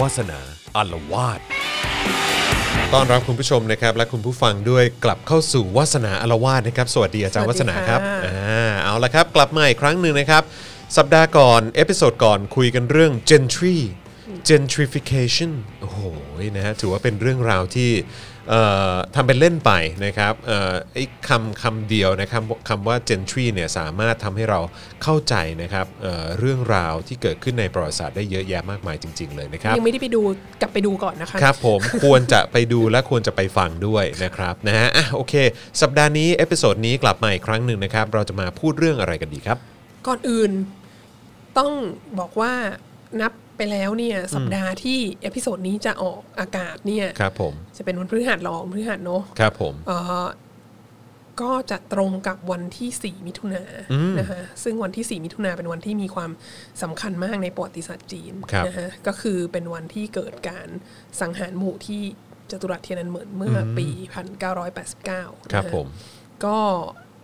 วาสนาอารวาส ต้อนรับคุณผู้ชมนะครับและคุณผู้ฟังด้วยกลับเข้าสู่วาสนาอารวาสนะครับ สวัสดีอาจารย์ สวั วา ส ส ดี นา ค่ะ ครับอ่าเอาละครับ กลับมาอีกครั้งหนึ่งนะครับ สัปดาห์ก่อน เอพิโซดก่อนคุยกันเรื่อง gentry gentrification โอ้โหนะฮะถือว่าเป็นเรื่องราวที่เอ่อทำเป็นเล่นไปนะครับเอ่อไอ้คำคำเดียวนะครับคำว่า gentry เนี่ยสามารถทำให้เราเข้าใจนะครับเอ่อเรื่องราวที่เกิดขึ้นในประวัติศาสตร์ได้เยอะแยะมากมายจริง ๆ เลยนะครับ ยังไม่ได้ไปดูกลับไปดูก่อนนะคะ ครับผม ควรจะไปดูและควรจะไปฟังด้วยนะครับนะฮะอ่ะโอเค สัปดาห์นี้ เอพิโซดนี้กลับมาอีกครั้งหนึ่งนะครับ เราจะมาพูดเรื่องอะไรกันดีครับ ก่อนอื่น ต้องบอกว่านับไปแล้วเนี่ยสัปดาห์ที่เอพิโซดนี้จะออกอากาศเนี่ย ครับผม จะเป็นวันพฤหัสรองพฤหัสเนาะ ครับผม เอ่อก็จะตรงกับวันที่ 4 มิถุนายนนะคะซึ่งวันที่ 4 มิถุนายนเป็นวันที่มีความสำคัญมากในประวัติศาสตร์จีน ครับ นะคะก็คือเป็นวันที่เกิดการสังหารหมู่ที่จตุรัสเทียนอันเหมินเมื่อปี 1989 ครับผม ก็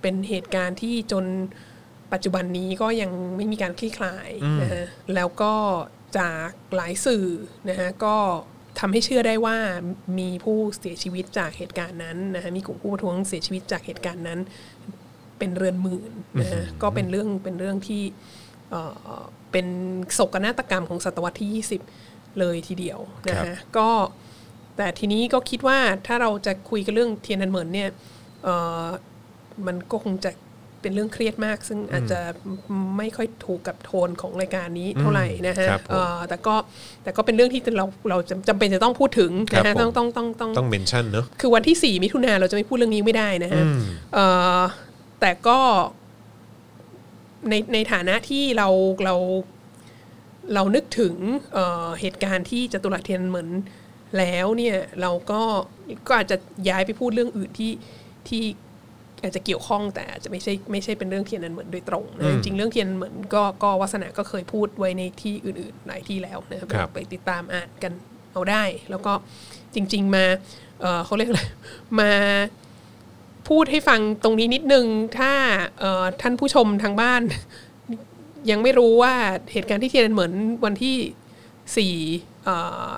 เป็นเหตุการณ์ที่จนปัจจุบันนี้ก็ยังไม่มีการคลี่คลายนะฮะแล้วก็จากหลายสื่อนะฮะก็ทำให้เชื่อได้ว่ามีผู้เสียชีวิตจากเหตุการณ์นั้นนะฮะมีกลุ่มผู้ประท้วงเสียชีวิตจากเหตุการณ์นั้น เป็นเรือนหมื่นนะฮะก็เป็นเรื่องเป็นเรื่องที่เอ่อเป็นโศกนาฏกรรมของศตวรรษที่ 20 เลยทีเดียวนะ ครั ฮะ บ ก็แต่ทีนี้ก็คิดว่าถ้าเราจะคุยกันเรื่องเทียนอันเหมินเนี่ยเอ่อ มันก็คงจะเป็นเรื่องเครียดมาก ซึ่งอาจจะไม่ค่อยถูกกับโทนของรายการนี้เท่าไหร่นะฮะ ครับผม เอ่อแต่ก็แต่ก็เป็นเรื่องที่เราเราจำจำเป็นจะต้องพูดถึงนะ ครั ฮะ บผม ต้องต้องต้องต้อง ต้องเมนชั่นเนอะ คือวันที่ 4 มิถุนาเราจะไม่พูดเรื่องนี้ไม่ได้นะฮะเอ่อแต่ก็ในในฐานะที่เราเราเรานึกถึงเอ่อเหตุการณ์ที่จตุรัสเทียนเหมือนแล้วเนี่ยเราก็ก็อาจจะย้ายไปพูดเรื่องอื่นที่ที่อาจจะเกี่ยวข้องแต่อาจจะไม่ใช่ไม่ใช่เป็นเรื่องเทียนอันเหมือนโดยตรงนะจริงๆเรื่องเทียนอันเหมือนก็ก็วาสนาก็เคยพูดไว้ในที่อื่นๆหลายที่แล้วนะครับ ครับ ไปติดตามอ่านกันเอาได้ แล้วก็จริง ๆ มาเอ่อเขาเรียกอะไร มาพูดให้ฟังตรงนี้นิดนึง ถ้าเอ่อท่านผู้ชมทางบ้าน ยังไม่รู้ว่าเหตุการณ์ที่เทียนอันเหมือนวันที่ 4 เอ่อ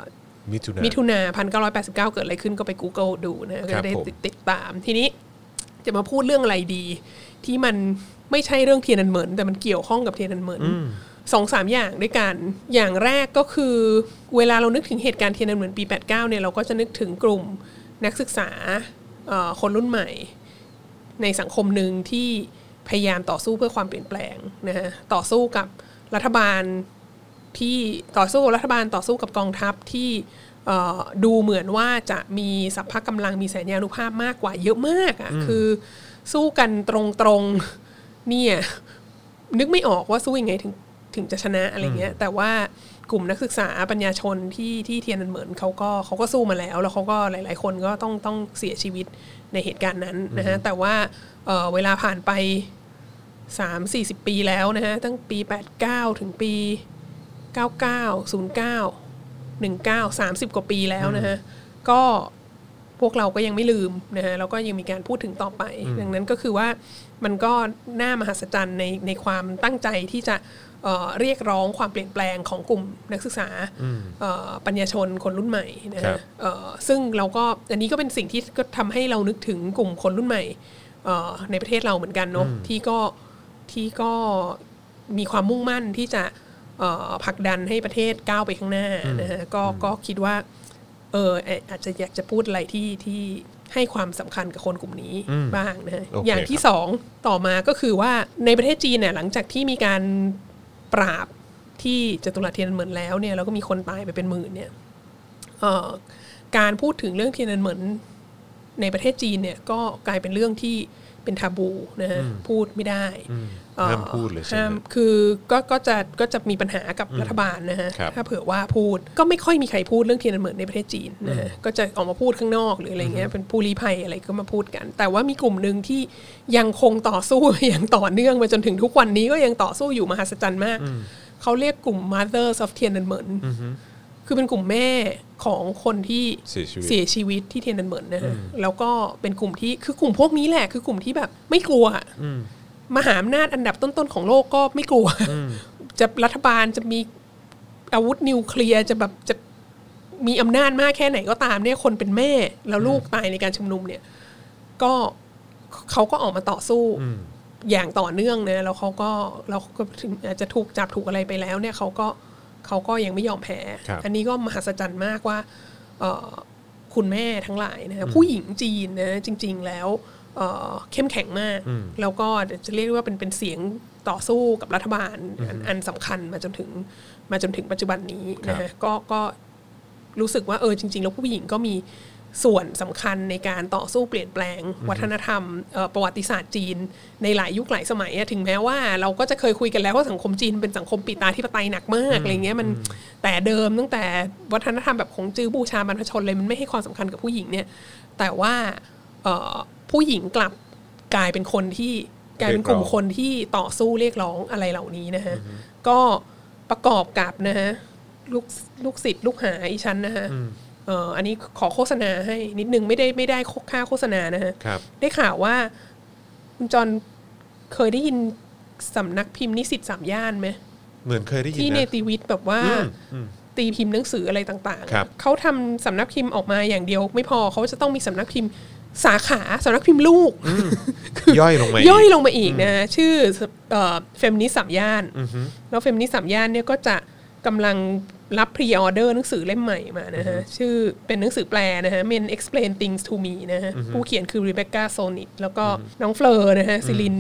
มิถุนา มิถุนาพันเก้าร้อยแปดสิบเก้าเกิดอะไรขึ้นก็ไป Google ดูนะก็ ครับ จะได้ ผม ติดติดตาม ทีนี้จะมาพูดเรื่องอะไรดี ที่มันไม่ใช่เรื่องเทียนอันเหมินแต่มันเกี่ยวข้องกับเทียนอันเหมินสองสามอย่างด้วยกัน อย่างแรกก็คือเวลาเรานึกถึงเหตุการณ์เทียนอันเหมินปี 89เนี่ยเราก็จะนึกถึงกลุ่มนักศึกษาเอ่อคนรุ่นใหม่ ในสังคมหนึ่งที่พยายามต่อสู้เพื่อความเปลี่ยนแปลงนะฮะต่อสู้กับรัฐบาล ที่ต่อสู้กับรัฐบาลต่อสู้กับกองทัพที่เอ่อดูเหมือนว่าจะมีสัพพะกำลังมีแสนยานุภาพมากกว่าเยอะมากอะ่ะคือสู้กันตรงๆ เนี่ยนึกไม่ออกว่าสู้ยังไงถึงถึงจะชนะอะไรเงี้ยแต่ว่ากลุ่มนักศึกษาปัญญาชนที่ที่เทียนอันเหมือนเขาก็เขาก็สู้มาแล้ว แล้วเขาก็หลาย ๆ คนก็ต้องต้องเสียชีวิตในเหตุการณ์นั้นนะฮะแต่ว่าเอ่อเวลาผ่านไป 3 4 0 ปีแล้วนะฮะตั้งปี 89 ถึงปี 99 09 19 30 กว่าปีแล้วนะฮะ ก็พวกเราก็ยังไม่ลืมนะฮะแล้วก็ยังมีการพูดถึงต่อไป ดังนั้นก็คือว่ามันก็น่ามหัศจรรย์ในในความตั้งใจที่จะเอ่อเรียกร้องความเปลี่ยนแปลงของกลุ่มนักศึกษาเอ่อปัญญาชนคนรุ่นใหม่นะ ครั ฮะ บ เอ่อซึ่งเราก็อันนี้ก็เป็นสิ่งที่ก็ทำให้เรานึกถึงกลุ่มคนรุ่นใหม่เอ่อในประเทศเราเหมือนกันเนาะที่ก็ที่ก็ มีความมุ่งมั่นที่จะเอ่อผลักดันให้ประเทศก้าวไปข้างหน้านะฮะก็ก็คิดว่าเออเอ่ออาจจะอยากจะพูดอะไรที่ที่ให้ความสำคัญกับคนกลุ่มนี้บ้างนะฮะ โอเค อย่างที่สองต่อมาก็คือว่าในประเทศจีนเนี่ยหลังจากที่มีการปราบที่จตุรัสเทียนอันเหมือนแล้วเนี่ยแล้วก็มีคนตายไปเป็นหมื่นเนี่ยเอ่อการพูดถึงเรื่องเทียนอันเหมือน ในประเทศจีนเนี่ยก็กลายเป็นเรื่องที่เป็นทาบูนะฮะพูดไม่ได้เอ่อ ห้ามพูดเลยใช่ไหม ห้ามคือก็ก็จะก็จะมีปัญหากับรัฐบาลนะฮะ ครับ ถ้าเผื่อว่าพูดก็ไม่ค่อยมีใครพูดเรื่องเทียนอันเหมือนในประเทศจีนนะฮะก็จะออกมาพูดข้างนอกหรืออะไรเงี้ยเป็นผู้ลี้ภัยอะไรก็มาพูดกัน แต่ว่ามีกลุ่มหนึ่งที่ยังคงต่อสู้ อย่างต่อเนื่องมาจนถึงทุกวันนี้ก็ยังต่อสู้อยู่มหัศจรรย์มากเขาเรียกกลุ่ม Mothers of เทียนอันเหมือนคือเป็นกลุ่มแม่ของคนที่ เสียชีวิต เสียชีวิตที่เทียนอันเหมินนะฮะแล้วก็เป็นกลุ่มที่คือกลุ่มพวกนี้แหละ คือกลุ่มที่แบบไม่กลัวมหาอำนาจอันดับต้นๆของโลกก็ไม่กลัว จะรัฐบาลจะมีอาวุธนิวเคลียร์จะแบบจะ มีอำนาจมากแค่ไหนก็ตามเนี่ยคนเป็นแม่แล้วลูกตายในการชุมนุมเนี่ย ก็เขาก็ออกมาต่อสู้ อย่างต่อเนื่องนะแล้วเขาก็เราก็ถึงอาจจะถูกจับถูกอะไรไปแล้ว เนี่ยเขาก็เขาก็ยังไม่ยอมแพ้ ครับ อันนี้ก็มหัศจรรย์มากว่าเอ่อคุณแม่ทั้งหลายนะผู้หญิงจีนนะจริง ๆ แล้วเอ่อเข้มแข็งมาก แล้วก็เดี๋ยวจะเรียกได้ว่าเป็นเป็นเสียงต่อสู้กับรัฐบาลอันอันสำคัญมาจนถึงมาจนถึงปัจจุบันนี้นะฮะก็ก็ รู้สึกว่าเออจริง ๆ แล้วผู้หญิงก็มีส่วนสำคัญในการต่อสู้เปลี่ยนแปลง วัฒนธรรมเอ่อประวัติศาสตร์จีน ในหลายยุคหลายสมัยอะถึงแม้ว่าเราก็จะเคยคุยกันแล้วว่าสังคมจีนเป็นสังคมปิดตาธิปไตยหนักมากอะไรเงี้ยมันแต่เดิมตั้งแต่วัฒนธรรมแบบของจื้อบูชาบรรพชนเลยมันไม่ให้ความสำคัญกับผู้หญิงเนี่ยแต่ว่าเอ่อผู้หญิงกลับกลายเป็นคนที่กลายเป็นกลุ่มคน คนที่ต่อสู้เรียกร้องอะไรเหล่านี้นะฮะ ก็ประกอบกับนะฮะลูกลูกศิษย์ลูกหาอีชั้นนะฮะเอ่ออันนี้ขอโฆษณาให้นิดนึงไม่ได้ไม่ได้ค่าโฆษณานะฮะ ครับ ได้ข่าวว่าคุณจอนเคยได้ยินสำนักพิมพ์นิสิตสามย่านไหม เหมือนเคยได้ยิน ที่เน นะ ติวิทย์แบบว่า อืมอืม ตีพิมพ์หนังสืออะไรต่าง ครับ ๆ เขาทำสำนักพิมพ์ออกมาอย่างเดียว ไม่พอเขาจะต้องมีสำนักพิมพ์สาขาสำนักพิมพ์ลูก ย่อยลงมา ย่อย อีก ลงมาอีกนะ ชื่อเฟมินิสสามย่าน แล้วเฟมินิสสามย่านเนี่ยก็จะกำลังรับพรีออเดอร์หนังสือเล่มใหม่มานะฮะ ชื่อเป็นหนังสือแปลนะฮะ Men Explain Things to Me นะฮะ ผู้เขียนคือ Rebecca Solnit แล้วก็น้องเฟลอร์นะฮะซิลิน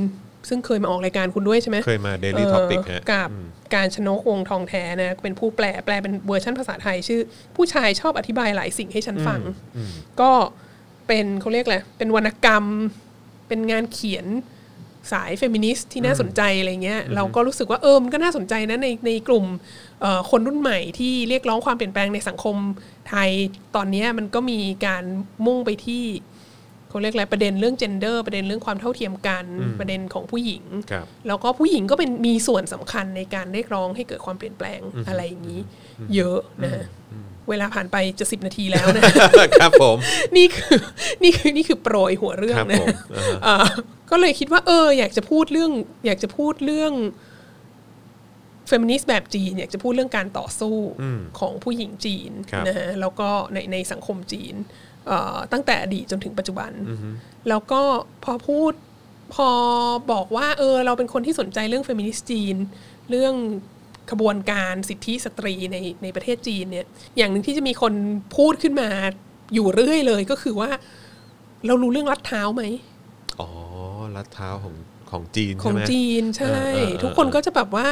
ซึ่งเคยมาออกรายการคุณด้วยใช่ไหม เคยมา Daily Topic เอ่อ ฮะ กับการชนกวงทองแท้นะ เป็นผู้แปลแปลเป็นเวอร์ชันภาษาไทย ชื่อ ผู้ชายชอบอธิบายหลายสิ่งให้ฉันฟัง ก็เป็นเขาเรียกอะไรเป็นวรรณกรรม เป็นงานเขียนสายเฟมินิสต์ที่น่าสนใจอะไรเงี้ยเราก็รู้สึกว่าเออมันก็น่าสนใจนะในในกลุ่มเอ่อคนรุ่นใหม่ที่เรียกร้องความเปลี่ยนแปลงในสังคมไทยตอนเนี้ยมันก็มีการมุ่งไปที่ เขาเรียกอะไรประเด็นเรื่อง gender ประเด็นเรื่องความเท่าเทียมกันประเด็นของผู้หญิง ครับ แล้วก็ผู้หญิงก็เป็นมีส่วนสำคัญในการเรียกร้องให้เกิดความเปลี่ยนแปลงอะไรอย่างนี้ เยอะนะฮะเวลาผ่านไปจะสิบนาทีแล้วนะ ครับผม นี่คือ นี่คือนี่คือโปรยหัวเรื่อง ครั นะ บผมอ่าฮะ เอ่อก็เลยคิดว่า เออ อยากจะพูดเรื่อง อยากจะพูดเรื่องเฟมินิสต์แบบจีน อยากจะพูดเรื่องการต่อสู้ของผู้หญิงจีน ครับ นะฮะแล้วก็ในในสังคมจีนเอ่อตั้งแต่อดีตจนถึงปัจจุบัน แล้วก็พอพูดพอบอกว่า เออ เราเป็นคนที่สนใจเรื่องเฟมินิสต์จีน เรื่องขบวนการสิทธิสตรีในในประเทศจีนเนี่ย อย่างหนึ่งที่จะมีคนพูดขึ้นมาอยู่เรื่อยเลยก็คือว่า เรารู้เรื่องรัดเท้าไหม อ๋อลัดเท้าของของจีน ขอ ใช่ ง ไหม จีน เออเอใช่อเออ ทุกคนก็จะแบบว่า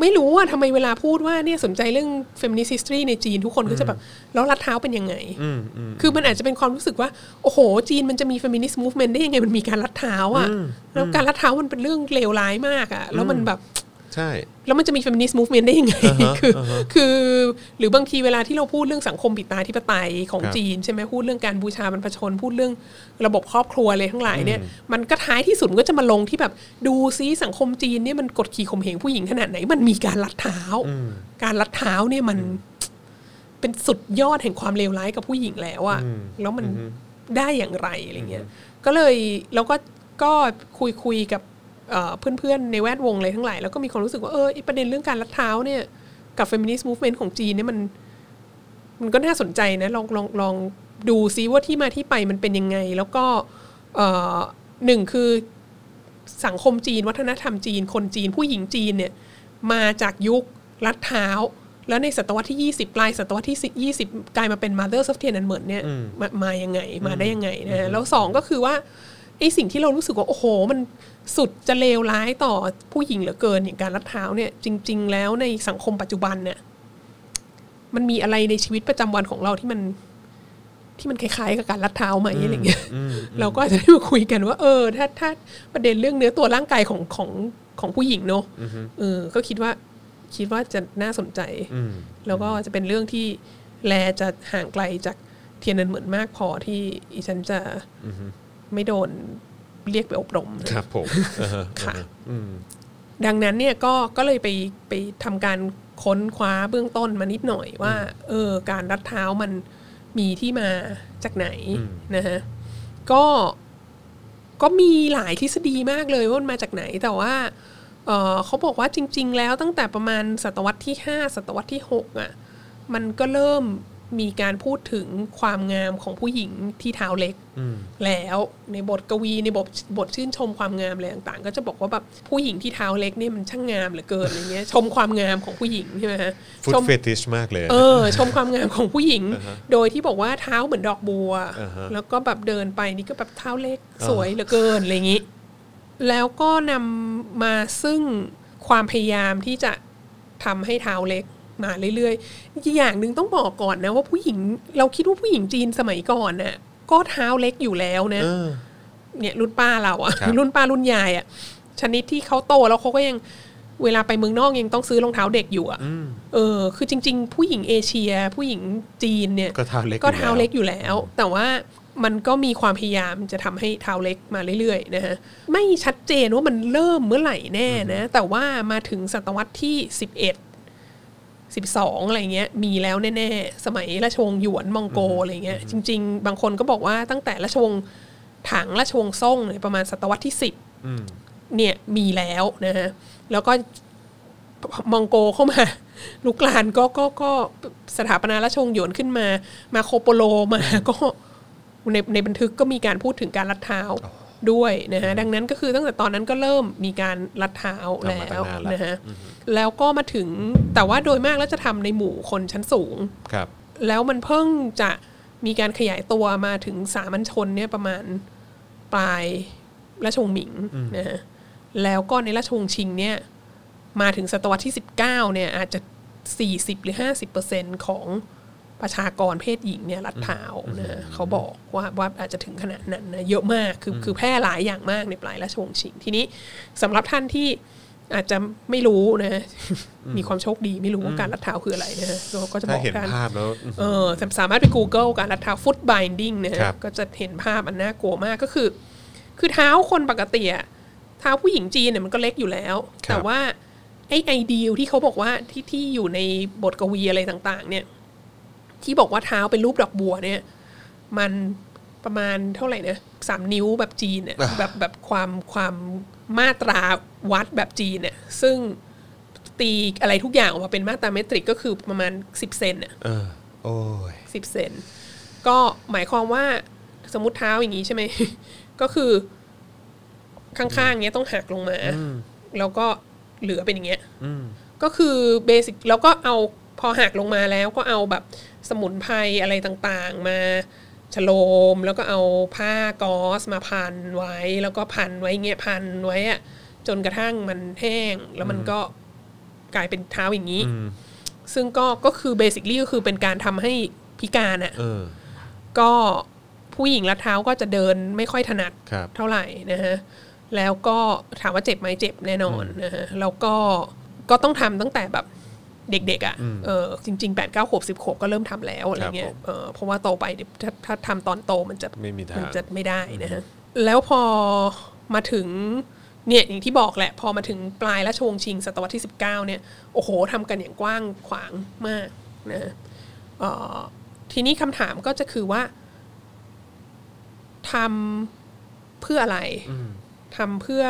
ไม่รู้ว่าทำไมเวลาพูดว่าเนี่ยสนใจเรื่อง feminist history ในจีน ทุกคนก็จะแบบแล้วรัดเท้าเป็นยังไง อืมอืม คือมันอาจจะเป็นความรู้สึกว่า โอ้โห จีนมันจะมี feminist movement ได้ยังไงมันมีการรัดเท้าอ่ะแล้วการรัดเท้ามันเป็นเรื่องเลวร้ายมากอ่ะแล้วมันแบบ ใช่ แล้วมันจะมี feminist movement ได้ยังไง คืออคือหรือบางทีเวลาที่เราพูดเรื่องสังคมปิดตาธิปไตยของ ครับ จีนใช่ไหมพูดเรื่องการบูชาบรรพชน พูดเรื่องระบบครอบครัวอะไรทั้งหลายเนี่ย มันก็ท้ายที่สุดก็จะมาลงที่แบบ ดูซิสังคมจีนเนี่ยมันกดขี่ข่มเหงผู้หญิงขนาดไหน มันมีการลัดเท้า การลัดเท้าเนี่ยมันเป็นสุดยอดแห่งความเลวร้ายกับผู้หญิงแล้วอะแล้วมันได้อย่างไรอะไรเงี้ยก็เลยแล้วก็ก็คุยคุยกับเอ่อเพื่อนๆในแวดวงอะไรทั้งหลาย แล้วก็มีความรู้สึกว่าเออไอ้ประเด็นเรื่องการลัดเท้าเนี่ย กับเฟมินิสต์มูฟเมนต์ของจีนเนี่ยมัน มันก็น่าสนใจนะ ลองลองลองดูซิว่าที่มาที่ไปมันเป็นยังไง แล้วก็เอ่อหนึ่งคือสังคมจีน วัฒนธรรมจีน คนจีนผู้หญิงจีนเนี่ย มาจากยุคลัดเท้า แล้วในศตวรรษที่ 20 ปลายศตวรรษที่ 20 กลายมาเป็น Mothers of Tiananmen เนี่ยมามายังไง มาได้ยังไงนะฮะแล้วสองก็คือว่าไอสิ่งที่เรารู้สึกว่า โอ้โห มันสุดจะเลวร้ายต่อผู้หญิงเหลือเกินอย่างการลัดเท้าเนี่ยจริง ๆ แล้วในสังคมปัจจุบันเนี่ย มันมีอะไรในชีวิตประจำวันของเราที่มันที่มันคล้ายๆกับการลัดเท้าไหมอะไรเงี้ยเราก็อาจจะได้มาคุยกันว่า เออ ถ้าถ้าประเด็นเรื่องเนื้อตัวร่างกายของของของผู้หญิงเนอะเออ ก็คิดว่าคิดว่าจะน่าสนใจ อืม แล้วก็จะเป็นเรื่องที่แลจะห่างไกลจากเทียนนันเหมือนมากพอที่อีฉันจะไม่โดนเรียกไปอบรมนะ ครับผมอ่าฮะ ค่ะ ดังนั้นเนี่ยก็ก็เลยไปไปทำการค้นคว้าเบื้องต้นมานิดหน่อยว่า เออ การรัดเท้ามันมีที่มาจากไหนนะฮะก็ก็มีหลายทฤษฎีมากเลยว่ามันมาจากไหน แต่ว่าเออเขาบอกว่าจริง ๆ แล้วตั้งแต่ประมาณศตวรรษที่ 5 ศตวรรษที่ 6 อ่ะ มันก็เริ่ม มีการพูดถึงความงามของผู้หญิงที่เท้าเล็ก แล้วในบทกวีในบทบทชื่นชมความงามอะไรต่างๆ ก็จะบอกว่าแบบผู้หญิงที่เท้าเล็กเนี่ยมันช่างงามเหลือเกินอะไรเงี้ยชมความงามของผู้หญิงใช่ไหมฮะ ฟุต ชม เฟติชมากเลยอะ เออชมความงามของผู้หญิง โดยที่บอกว่าเท้าเหมือนดอกบัว อ่าฮะ แล้วก็แบบเดินไปนี่ก็แบบเท้าเล็กสวยเหลือเกินอะไรอย่างนี้ แล้วก็นำมาซึ่งความพยายามที่จะทำให้เท้าเล็กมาเรื่อยๆอีกอย่างหนึ่งต้องบอกก่อนนะว่าผู้หญิงเราคิดว่าผู้หญิงจีนสมัยก่อนน่ะก็เท้าเล็กอยู่แล้วนะ เนี่ยรุ่นป้าเราอะ ครับ รุ่นป้ารุ่นยายอะชนิดที่เขาโตแล้วเขาก็ยังเวลาไปเมืองนอกยังต้องซื้อรองเท้าเด็กอยู่อะเออ คือจริง ๆ ผู้หญิงเอเชีย ผู้หญิงจีนเนี่ย ก็เท้าเล็ก ก็ อยู่ เท้า แล้ว เล็กอยู่แล้ว แต่ว่ามันก็มีความพยายามจะทำให้เท้าเล็กมาเรื่อยๆนะฮะไม่ชัดเจนว่ามันเริ่มเมื่อไหร่แน่นะ แต่ว่ามาถึงศตวรรษที่ 11 12 อะไรเงี้ยมีแล้วแน่ๆ สมัยราชวงศ์หยวนมองโกอะไรเงี้ยจริง ๆ บางคนก็บอกว่าตั้งแต่ราชวงศ์ถังราชวงศ์ซ่งเนี่ยประมาณศตวรรษที่ อืม 10 เนี่ยมีแล้วนะฮะแล้วก็มองโกเข้ามา ลุกลานก็ก็ก็สถาปนาราชวงศ์หยวนขึ้นมา มาโคโปโลมาก็ในในบันทึกก็มีการพูดถึงการรัดเท้าด้วยนะฮะดังนั้นก็คือตั้งแต่ตอนนั้นก็เริ่มมีการรัดเท้า ทำมา แล้ ตั้วนงานละ นะฮะ แล้วก็มาถึงแต่ว่าโดยมากแล้วจะทำในหมู่คนชั้นสูง ครับ แล้วมันเพิ่งจะมีการขยายตัวมาถึงสามัญชนเนี่ยประมาณปลายราชวงศ์หมิงนะฮะแล้วก็ในราชวงศ์ชิงเนี่ยมาถึงศตวรรษที่ 19เนี่ยอาจจะ 40 หรือ 50%ของประชากรเพศหญิงเนี่ยรัดเท้านะฮะเขาบอกว่าว่าอาจจะถึงขนาดนั้นนะเยอะมากคือคือแพร่หลายอย่างมากในปลายราชวงศ์ชิง ทีนี้สำหรับท่านที่อาจจะไม่รู้นะฮะมีความโชคดีไม่รู้ว่าการรัดเท้าคืออะไรนะฮะเราก็จะบ ถ้า อก เห็น กัน ภาพแล้ว เออสาสามารถไป Google การรัดเท้าฟุตบ i ยดิ้งนะฮะ ครับ ก็จะเห็นภาพอันน่ากลัวมากก็คือ คือเท้าคนปกติอะเท้าผู้หญิงจีนเนี่ยมันก็เล็กอยู่แล้ว แต่ว่าไอไอเดียที่เขาบอกว่าที่ที่อยู่ในบทกวีอะไรต่าง ๆ เนี่ย ที่บอกว่าเท้าเป็นรูปดอกบัวเนี่ย มันประมาณเท่าไหร่นะสามนิ้วแบบจีนเนี่ยแบบแบบความความมาตราวัดแบบจีนเนี่ยซึ่งตีอะไรทุกอย่างออกมาเป็นมาตราเมตริกก็คือประมาณสิบเซนน่ะ เออโอ้ย สิบเซนก็หมายความว่าสมมติเท้าอย่างนี้ใช่ไหม ก็คือ ข้างๆเนี้ยต้องหักลงมา แล้วก็เหลือเป็นอย่างเงี้ยก็คือเบสิกแล้วก็เอาพอหักลงมาแล้วก็เอาแบบสมุนไพรอะไรต่างๆ มาฉโลม แล้วก็เอาผ้ากอสมาพันไว้ แล้วก็พันไว้เงี้ยพันไว้อะจนกระทั่งมันแห้ง แล้วมันก็กลายเป็นเท้าอย่างนี้ ซึ่งก็ก็คือเบสิคลี่ก็คือเป็นการทำให้พิการอะ่ะ เออ ก็ผู้หญิงรัดเท้าก็จะเดินไม่ค่อยถนัด ครับ เท่าไหร่นะฮะแล้วก็ถามว่าเจ็บไหมเจ็บแน่นอนนะฮะแล้วก็ก็ต้องทำตั้งแต่แบบเด็กๆอะ่ะเออจริงๆแปดเก้าขวบสิบขวบก็เริ่มทำแล้วอะไรเงี้คยรับผม เออเพราะว่าโตไปเดี๋ยวถ้าถ้าทำตอนโตมันจะ ไม่มีทาง นจะไม่ได้นะฮะแล้วพอมาถึงเนี่ยอย่างที่บอกแหละ พอมาถึงปลายราชวงศ์ชิงศตวรรษที่ 19เนี่ยโอ้โหทำกันอย่างกว้างขวางมากนะฮะ เอ่อทีนี้คำถามก็จะคือว่าทำเพื่ออะไรทำเพื่อ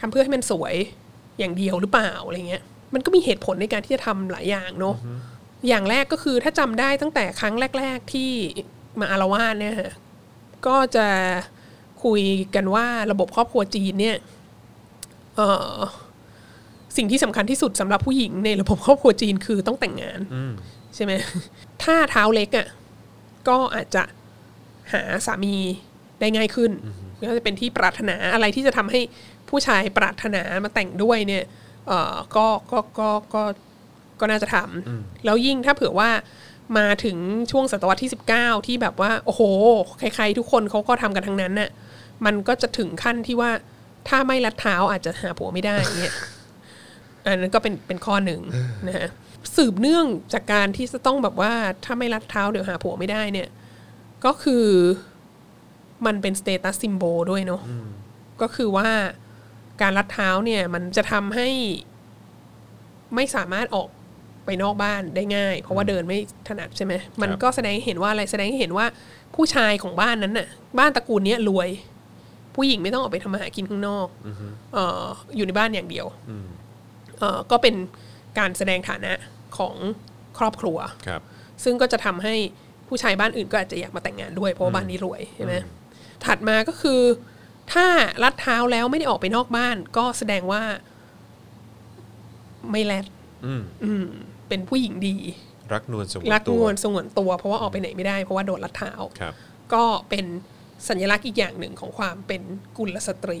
ทำเพื่อให้มันสวยอย่างเดียวหรือเปล่าอะไรเงี้ย มันก็มีเหตุผลในการที่จะทำหลายอย่างเนอะอย่างแรกก็คือถ้าจำได้ตั้งแต่ครั้งแรก ๆ ที่มาอารวาสเนี่ยฮะก็จะคุยกันว่าระบบครอบครัวจีนเนี่ยเอ่อสิ่งที่สำคัญที่สุดสำหรับผู้หญิงในระบบครอบครัวจีนคือต้องแต่งงาน ใช่ไหม ถ้าเท้าเล็กอ่ะ ก็อาจจะหาสามีได้ง่ายขึ้น ก็จะเป็นที่ปรารถนาอะไรที่จะทำให้ผู้ชายปรารถนามาแต่งด้วยเนี่ย เออก็ก็ก็ก็ ก็น่าจะทำแล้วยิ่งถ้าเผื่อว่ามาถึงช่วงศตวรรษที่ 19 ที่แบบว่า โอ้โห ใครๆ ทุกคนเขาก็ทำกันทั้งนั้นน่ะ มันก็จะถึงขั้นที่ว่าถ้าไม่รัดเท้าอาจจะหาผัวไม่ได้เนี่ย อันนั้นก็เป็นเป็นข้อหนึ่งนะฮะสืบเนื่องจากการที่จะต้องแบบว่าถ้าไม่รัดเท้าเดี๋ยวหาผัวไม่ได้เนี่ย ก็คือมันเป็นสเตตัสซิมโบด้วยเนาะก็คือว่าการรัดเท้าเนี่ยมันจะทำให้ ไม่สามารถออกไปนอกบ้านได้ง่าย เพราะว่าเดินไม่ถนัดใช่ไหมมันก็แสดงให้เห็นว่าอะไรแสดงให้เห็นว่าผู้ชายของบ้านนั้นน่ะ บ้านตระกูลเนี้ยรวย ผู้หญิงไม่ต้องออกไปทำมาหากินข้างนอกเอ่ออยู่ในบ้านอย่างเดียวเอ่อก็เป็นการแสดงฐานะของครอบครัว ครับ ซึ่งก็จะทำให้ผู้ชายบ้านอื่นก็อาจจะอยากมาแต่งงานด้วย เพราะว่าบ้านนี้รวยใช่ไหมถัดมาก็คือ ถ้าลัดเท้าแล้วไม่ได้ออกไปนอกบ้าน ก็แสดงว่า ไม่แลด อืม อืม เป็นผู้หญิงดี รักนวลสงวน รัก ตั ง ว วนสงวนตัว เพราะว่าออกไปไหนไม่ได้เพราะว่าโดนลัดเท้า ครับ ก็เป็นสัญลักษณ์อีกอย่างหนึ่งของความเป็นกุลสตรี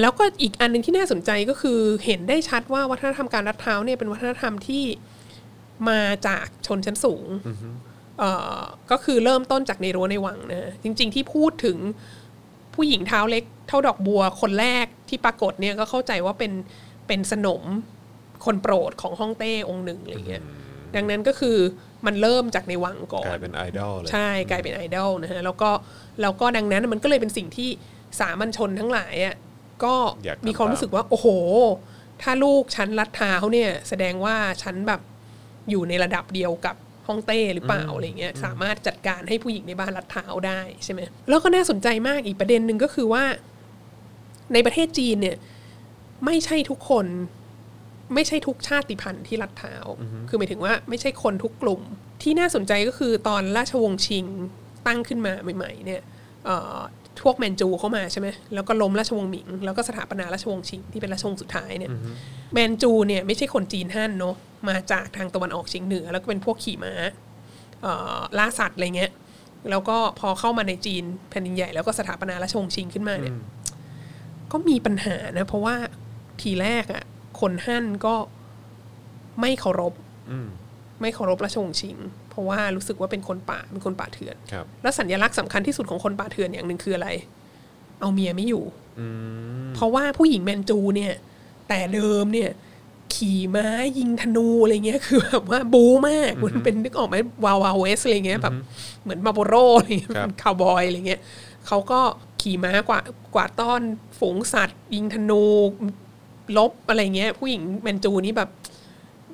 แล้วก็อีกอันหนึ่งที่น่าสนใจก็คือเห็นได้ชัดว่าวัฒนธรรมการรัดเท้าเนี่ยเป็นวัฒนธรรมที่มาจากชนชั้นสูงเอ่อก็คือเริ่มต้นจากในรั้วในวังนะจริง ๆ ที่พูดถึงผู้หญิงเท้าเล็ก เท่าดอกบัวคนแรกที่ปรากฏเนี่ยก็เข้าใจว่าเป็นเป็นสนมคนโปรดของฮ่องเต้องค์หนึ่งอะไรเงี้ยดังนั้นก็คือมันเริ่มจากในวังก่อก ลาน ยเป็นไอดอลเลย ใช่กลายเป็นไอดอลนะฮะแล้วก็แล้วก็ดังนั้นมันก็เลยเป็นสิ่งที่สามัญชนทั้งหลายอ่ะก็ อยากทำ มีความรู้สึกว่า โอ้โห ถ้าลูกฉันรัดเท้าเนี่ย แสดงว่าฉันแบบอยู่ในระดับเดียวกับฮ่องเต้หรือเปล่าอะไรเงี้ยสามารถจัดการให้ผู้หญิงในบ้านรัดเท้าได้ใช่ไหมแล้วก็น่าสนใจมากอีกประเด็นหนึ่งก็คือว่า ในประเทศจีนเนี่ย ไม่ใช่ทุกคน ไม่ใช่ทุกชาติพันธุ์ที่รัดเท้า คือหมายถึงว่าไม่ใช่คนทุกกลุ่ม ที่น่าสนใจก็คือตอนราชวงศ์ชิงตั้งขึ้นมาใหม่ ๆ เนี่ยเอ่อพวกแมนจูเข้ามาใช่ไหมแล้วก็ล้มราชวงศ์หมิง แล้วก็สถาปนาราชวงศ์ชิงที่เป็นราชวงศ์สุดท้ายเนี่ย แมนจูเนี่ยไม่ใช่คนจีนฮั่นเนาะ มาจากทางตะวันออกเฉียงเหนือ แล้วก็เป็นพวกขี่ม้า เอ่อล่าสัตว์อะไรเงี้ย แล้วก็พอเข้ามาในจีนแผ่นดินใหญ่แล้วก็สถาปนาราชวงศ์ชิงขึ้นมาเนี่ย ก็มีปัญหานะ เพราะว่าทีแรกอะ่ะ คนฮั่นก็ไม่เคารพ อืม ไม่เคารพราชวงศ์ชิง เพราะว่ารู้สึกว่าเป็นคนป่าเป็นคนป่าเถื่อน ครับ แล้วสัญลักษณ์สำคัญที่สุดของคนป่าเถื่อนอย่างหนึ่งคืออะไร เอาเมียไม่อยู่ อืม เพราะว่าผู้หญิงแมนจูเนี่ย แต่เดิมเนี่ย ขี่ม้ายิงธนูอะไรเงี้ย คือแบบว่าบู๊มากมันเป็นนึกออกไหมวาวาเวสอะไรเงี้ยแบบเหมือนมาโบโรอะไรเงี้ย ครับ คาวบอยอะไรเงี้ยเขาก็ขี่ม้ากว่ากว่าดต้อนฝูงสัตว์ ยิงธนูลบอะไรเงี้ย ผู้หญิงแมนจูนี่แบบ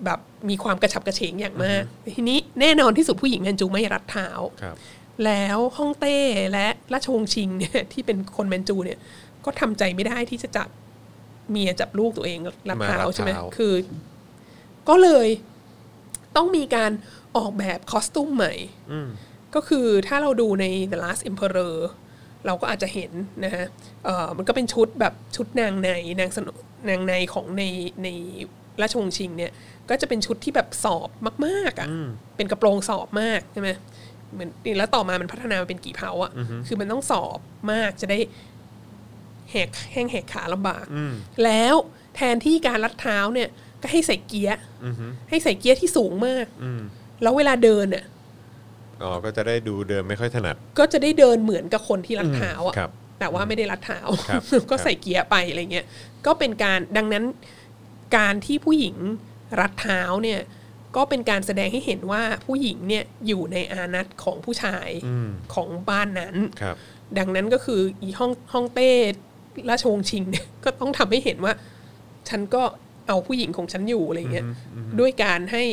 แบบมีความกระฉับกระเฉงอย่างมากทีนี้แน่นอนที่สุดผู้หญิงแมนจูไม่รัดเท้า ครับ แล้วฮ่องเต้และราชวงศ์ชิงเนี่ย ที่เป็นคนแมนจูเนี่ย ก็ทำใจไม่ได้ที่จะจับเมียจับลูกตัวเองรับ มา เท้า รับ ใช่ไหม เท้า คือ ก็เลยต้องมีการออกแบบคอสตูมใหม่ อืม ก็คือถ้าเราดูใน The Last Emperor เราก็อาจจะเห็นนะฮะเอ่อมันก็เป็นชุดแบบชุดนางในนางสนนางในของในในราชวงศ์ชิงเนี่ย ก็จะเป็นชุดที่แบบสอบมากๆอะ่ะ เป็นกระโปรงสอบมากใช่ไหมเหมือนแล้วต่อมามันพัฒนามาเป็นกี่เผาอะ่ะ คือมันต้องสอบมากจะได้แหกแห้งแหกขาลำบาก อืม แล้วแทนที่การลัดเท้าเนี่ย ก็ให้ใส่เกียร์ อือหือ ให้ใส่เกียร์ที่สูงมาก อืม แล้วเวลาเดินเนี่ย อ๋อ ก็จะได้ดูเดิมไม่ค่อยถนัด ก็จะได้เดินเหมือนกับคนที่รัดเท้า ครั อะ่ะ บ แต่ว่าไม่ได้รัดเท้า ครับ ก็ใส่เกียร์ไปอะไรเงี้ย ก็เป็นการดังนั้นการที่ผู้หญิงรัดเท้าเนี่ย ก็เป็นการแสดงให้เห็นว่าผู้หญิงเนี่ยอยู่ในอานัตของผู้ชาย อืม ของบ้านนั้น ครับ ดังนั้นก็คืออีห้องห้องเต้ราชวงศ์ชิ งเนี่ย ก็ต้องทำให้เห็นว่า ฉันก็เอาผู้หญิงของฉันอยู่อะไรเงี้ยด้วยการให้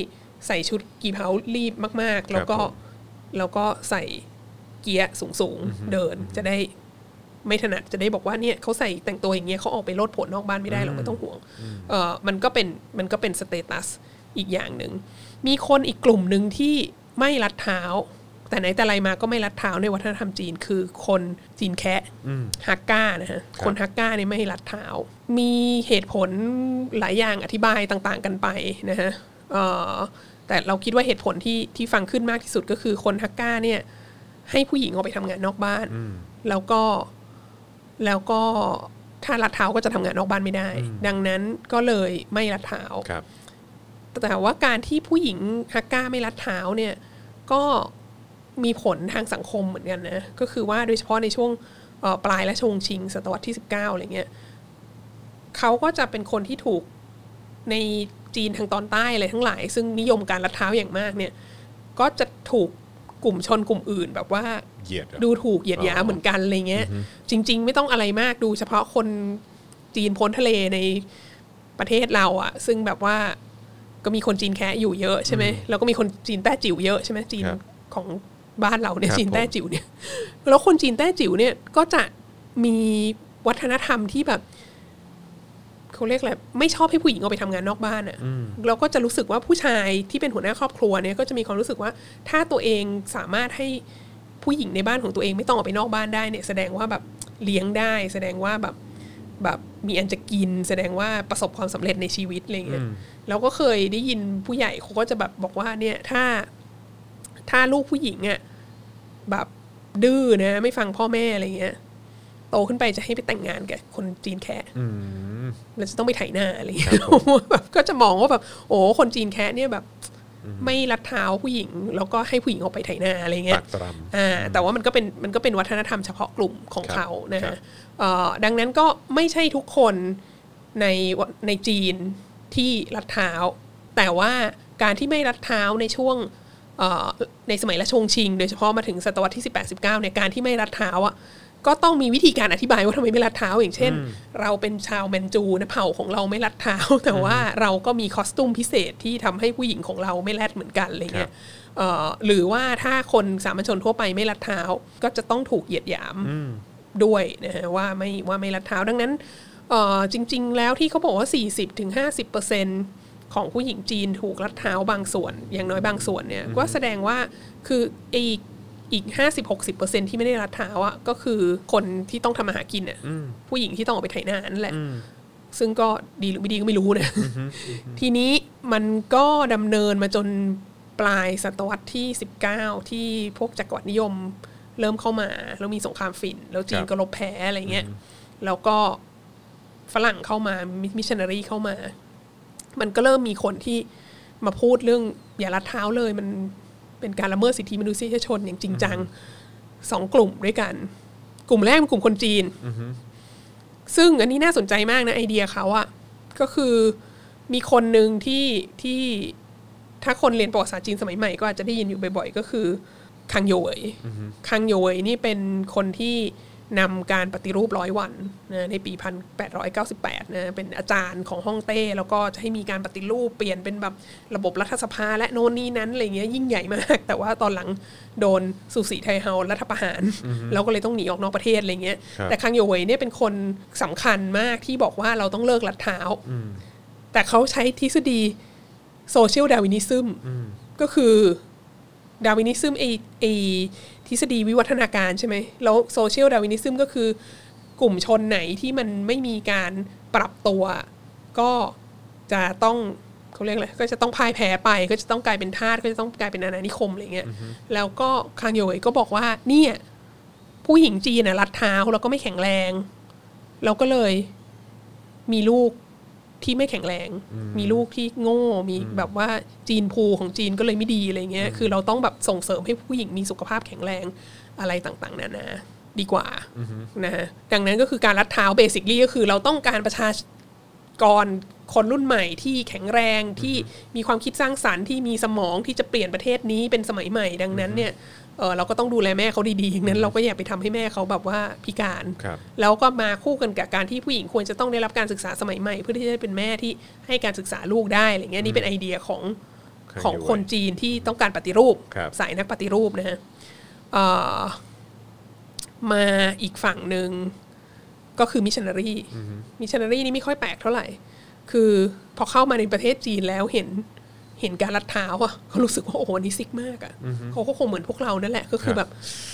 ใส่ชุดกีเพารีบมาก ๆ แล้วก็ ผม แล้วก็ใส่เกียร์สูง ๆ เดินจะได้ไม่ถนัดจะได้บอกว่าเนี่ยเขาใส่แต่งตัวอย่างเงี้ยเขาออกไปโลดโผลนอกบ้านไม่ได้เราไม่ต้องห่วงเออมันก็เป็นมันก็เป็นสเตตัสอีกอย่างหนึ่งมีคนอีกกลุ่มหนึ่งที่ไม่รัดเท้า แต่ไหนแต่ไรมาก็ไม่รัดเท้าในวัฒนธรรมจีนคือคนจีนแคะ อืม ฮักก้านะฮะ ครับ คนฮักก้าเนี่ยไม่ให้รัดเท้า มีเหตุผลหลายอย่างอธิบายต่างๆกันไปนะฮะเอ่อแต่เราคิดว่าเหตุผลที่ที่ฟังขึ้นมากที่สุดก็คือคนฮักก้าเนี่ย ให้ผู้หญิงออกไปทำงานนอกบ้าน แล้วก็แล้วก็ถ้ารัดเท้าก็จะทำงานนอกบ้านไม่ได้ ดังนั้นก็เลยไม่รัดเท้า ครับ แต่ว่าการที่ผู้หญิงฮักก้าไม่รัดเท้าเนี่ย ก็มีผลทางสังคมเหมือนกันนะก็คือว่าโดยเฉพาะในช่วงเอ่อปลายและชวงชิง ศตวรรษที่ 19อะไรเงี้ยเขาก็จะเป็นคนที่ถูกในจีนทางตอนใต้อะไรทั้งหลาย ซึ่งนิยมการรัดเท้าอย่างมากเนี่ย ก็จะถูกกลุ่มชนกลุ่มอื่นแบบว่า เหยียดเหรอ ดูถูกเหยียดหยาม อ๋อ เหมือนกันอะไรเงี้ย จริง ๆ ไม่ต้องอะไรมากดูเฉพาะคนจีนพ้นทะเลในประเทศเราอะซึ่งแบบว่าก็มีคนจีนแคะอยู่เยอะใช่ไหมแล้วก็มีคนจีนแต้จิ๋วเยอะใช่ไหมจีน ครับ ของบ้านเราเนี่ย ครับ จีน ผม แต้จิ๋วเนี่ย แล้วคนจีนแต้จิ๋วเนี่ยก็จะมีวัฒนธรรมที่แบบ เขาเรียกอะไรไม่ชอบให้ผู้หญิงออกไปทำงานนอกบ้านอะ่ะเราก็จะรู้สึกว่าผู้ชายที่เป็นหัวหน้าครอบครัวเนี่ยก็จะมีความรู้สึกว่าถ้าตัวเองสามารถให้ผู้หญิงในบ้านของตัวเองไม่ต้องออกไปนอกบ้านได้เนี่ยแสดงว่าแบบเลี้ยงได้ แสดงว่าแบบแบบมีอันจะกิน แสดงว่าประสบความสำเร็จในชีวิตอะไรเงี้ยเราก็เคยได้ยินผู้ใหญ่เขาก็จะแบบบอกว่าเนี่ยถ้าถ้าลูกผู้หญิงอ่ะแบบดื้อนะไม่ฟังพ่อแม่อะไรเงี้ยโตขึ้นไปจะให้ไปแต่งงานกับคนจีนแค่ อืม เราจะต้องไปไถนาอะไรอย่างเงี้ย ครับผม แบบก็จะมองว่าแบบโอ้คนจีนแคะเนี่ยแบบไม่รัดเท้าผู้หญิง แล้วก็ให้ผู้หญิงออกไปไถนาอะไรเงี้ ตั ย กตรำ อ่าแต่ว่ามันก็เป็นมันก็เป็นวัฒนธรรมเฉพาะกลุ่มของ ครับ เขานะ ครั ฮะ บ เอ่อดังนั้นก็ไม่ใช่ทุกคนในในจีนที่รัดเท้า แต่ว่าการที่ไม่รัดเท้าในช่วงเอ่อในสมัยรัชวงศ์ชิง โดยเฉพาะมาถึงศตวรรษที่ 18 19เนี่ยการที่ไม่รัดเท้าอ่ะก็ต้องมีวิธีการอธิบายว่าทำไมไม่รัดเท้า อย่างเช่น เราเป็นชาวแมนจูนะเผ่าของเราไม่รัดเท้า แต่ว่าเราก็มีคอสตูมพิเศษที่ทำให้ผู้หญิงของเราไม่แรดเหมือนกันอะไรเงี้ยเอ่อหรือว่าถ้าคนสามัญชนทั่วไปไม่รัดเท้า ก็จะต้องถูกเหยียดหยาม ด้วยนะฮะว่าไม่ว่าไม่รัดเท้าดังนั้นเอ่อจริง ๆ แล้วที่เขาบอกว่า 40-50%ถึง50%ของผู้หญิงจีนถูกรัดเท้าบางส่วน อย่างน้อยบางส่วนเนี่ยก็แสดงว่าคืออีกอีก 50-60%ที่ไม่ได้รัดเท้าอ่ะก็คือคนที่ต้องทำมาหากินเนี่ยผู้หญิงที่ต้องออกไปไถนานั่นแหละ ซึ่งก็ดีหรือไม่ดีก็ไม่รู้นะ ทีนี้มันก็ดำเนินมาจนปลายศตวรรษที่ 19 ที่พวกจักรวรรดินิยมเริ่มเข้ามา แล้วมีสงครามฝิ่น แล้วจีน ครับ ก็ลบแพ้อะไรเงี้ยแล้วก็ฝรั่งเข้ามามิชชันนารีเข้ามา มันก็เริ่มมีคนที่มาพูดเรื่องอย่ารัดเท้าเลย มันเป็นการละเมิดสิทธิมนุษยชนอย่างจริงจังสองกลุ่มด้วยกัน กลุ่มแรกเป็นกลุ่มคนจีน ซึ่งอันนี้น่าสนใจมากนะไอเดียเขาอะก็คือมีคนหนึ่งที่ที่ถ้าคนเรียนประวัติศาสตร์จีนสมัยใหม่ก็อาจจะได้ยินอยู่บ่อยๆ ก็คือคังโยเวยคังโยเวยนี่เป็นคนที่นำการปฏิรูปร้อยวันนะในปี 1898นะเป็นอาจารย์ของฮ่องเต้ แล้วก็จะให้มีการปฏิรูปเปลี่ยนเป็นแบบระบบรัฐสภาและโน่นนี่นั้นอะไรเงี้ยยิ่งใหญ่มาก แต่ว่าตอนหลังโดนสุสีไทเฮารัฐประหาร แล้วก็เลยต้องหนีออกนอกประเทศอะไรเงี้ย ครับ แต่ คังโยเวยเนี่ยเป็นคนสำคัญมากที่บอกว่าเราต้องเลิกลัดเท้า แต่เขาใช้ทฤษฎีโซเชียลดาวินิซึมก็คือดาวินิซึมไอไอทฤษฎีวิวัฒนาการใช่ไหมแล้วโซเชียลดาวินิซึมก็คือกลุ่มชนไหนที่มันไม่มีการปรับตัว ก็จะต้องเขาเรียกอะไรก็จะต้องพ่ายแพ้ไป ก็จะต้องกลายเป็นทาสก็จะต้องกลายเป็นอาณานิคมอะไรเงี้ยแล้วก็คังโยเวยก็บอกว่าเนี่ย ผู้หญิงจีนน่ะรัดเท้าแล้วก็ไม่แข็งแรง แล้วก็เลยมีลูกที่ไม่แข็งแรง มีลูกที่โง่ มีแบบว่าจีนภูของจีนก็เลยไม่ดีอะไรเงี้ย คือเราต้องแบบส่งเสริมให้ผู้หญิงมีสุขภาพแข็งแรงอะไรต่างๆนานาดีกว่านะฮะดังนั้นก็คือการรัดเท้าเบสิคลี่ก็คือเราต้องการประชา ก่อนคนรุ่นใหม่ที่แข็งแรงที่มีความคิดสร้างสรรค์ที่มีสมองที่จะเปลี่ยนประเทศนี้เป็นสมัยใหม่ ดังนั้นเนี่ยเออเราก็ต้องดูแลแม่เขาดีๆอย่างนั้นเราก็อย่าไปทำให้แม่เขาแบบว่าพิการ ครับ แล้วก็มาคู่กันกับการที่ผู้หญิงควรจะต้องได้รับการศึกษาสมัยใหม่ เพื่อที่จะได้เป็นแม่ที่ให้การศึกษาลูกได้อะไรเงี้ยนี่เป็นไอเดียของ ครับ ของ อยู่ คน ไว้ จีนที่ต้องการปฏิรูป ครับ สายนักปฏิรูปนะฮะเอ่อมาอีกฝั่งหนึ่ง ก็คือมิชชันนารีมิชชันนารีนี่ไม่ค่อยแปลกเท่าไหร่ คือพอเข้ามาในประเทศจีนแล้วเห็นเห็นการรัดเท้าอ่ะเขารู้สึกว่าโอ้โหอันนี่ซิกมากอ่ะเขาก็คงเหมือนพวกเรานั่นแหละ ก็คือแบบ